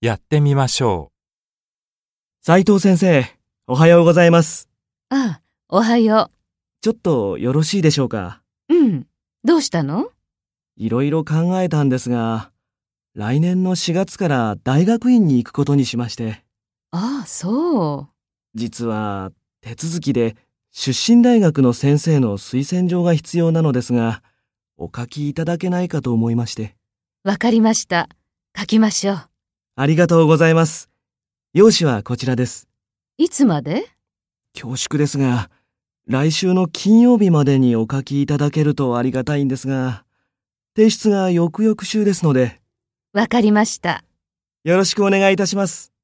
やってみましょ斉藤先生、おはようございます。ああ、おはよちょっとよろしいでしょうか。う。うん。どうしたのいろいろ考えたんですが、来年の4月から大学院に行くことにしまして、ああ、そう。実は手続きで出身大学の先生の推薦状が必要なのですが、お書きいただけないかと思いまして。わかりました。書きましょう。ありがとうございます。用紙はこちらです。いつまで恐縮ですが、来週の金曜日までにお書きいただけるとありがたいんですが、提出が翌々週ですので、わかりました。よろしくお願いいたします。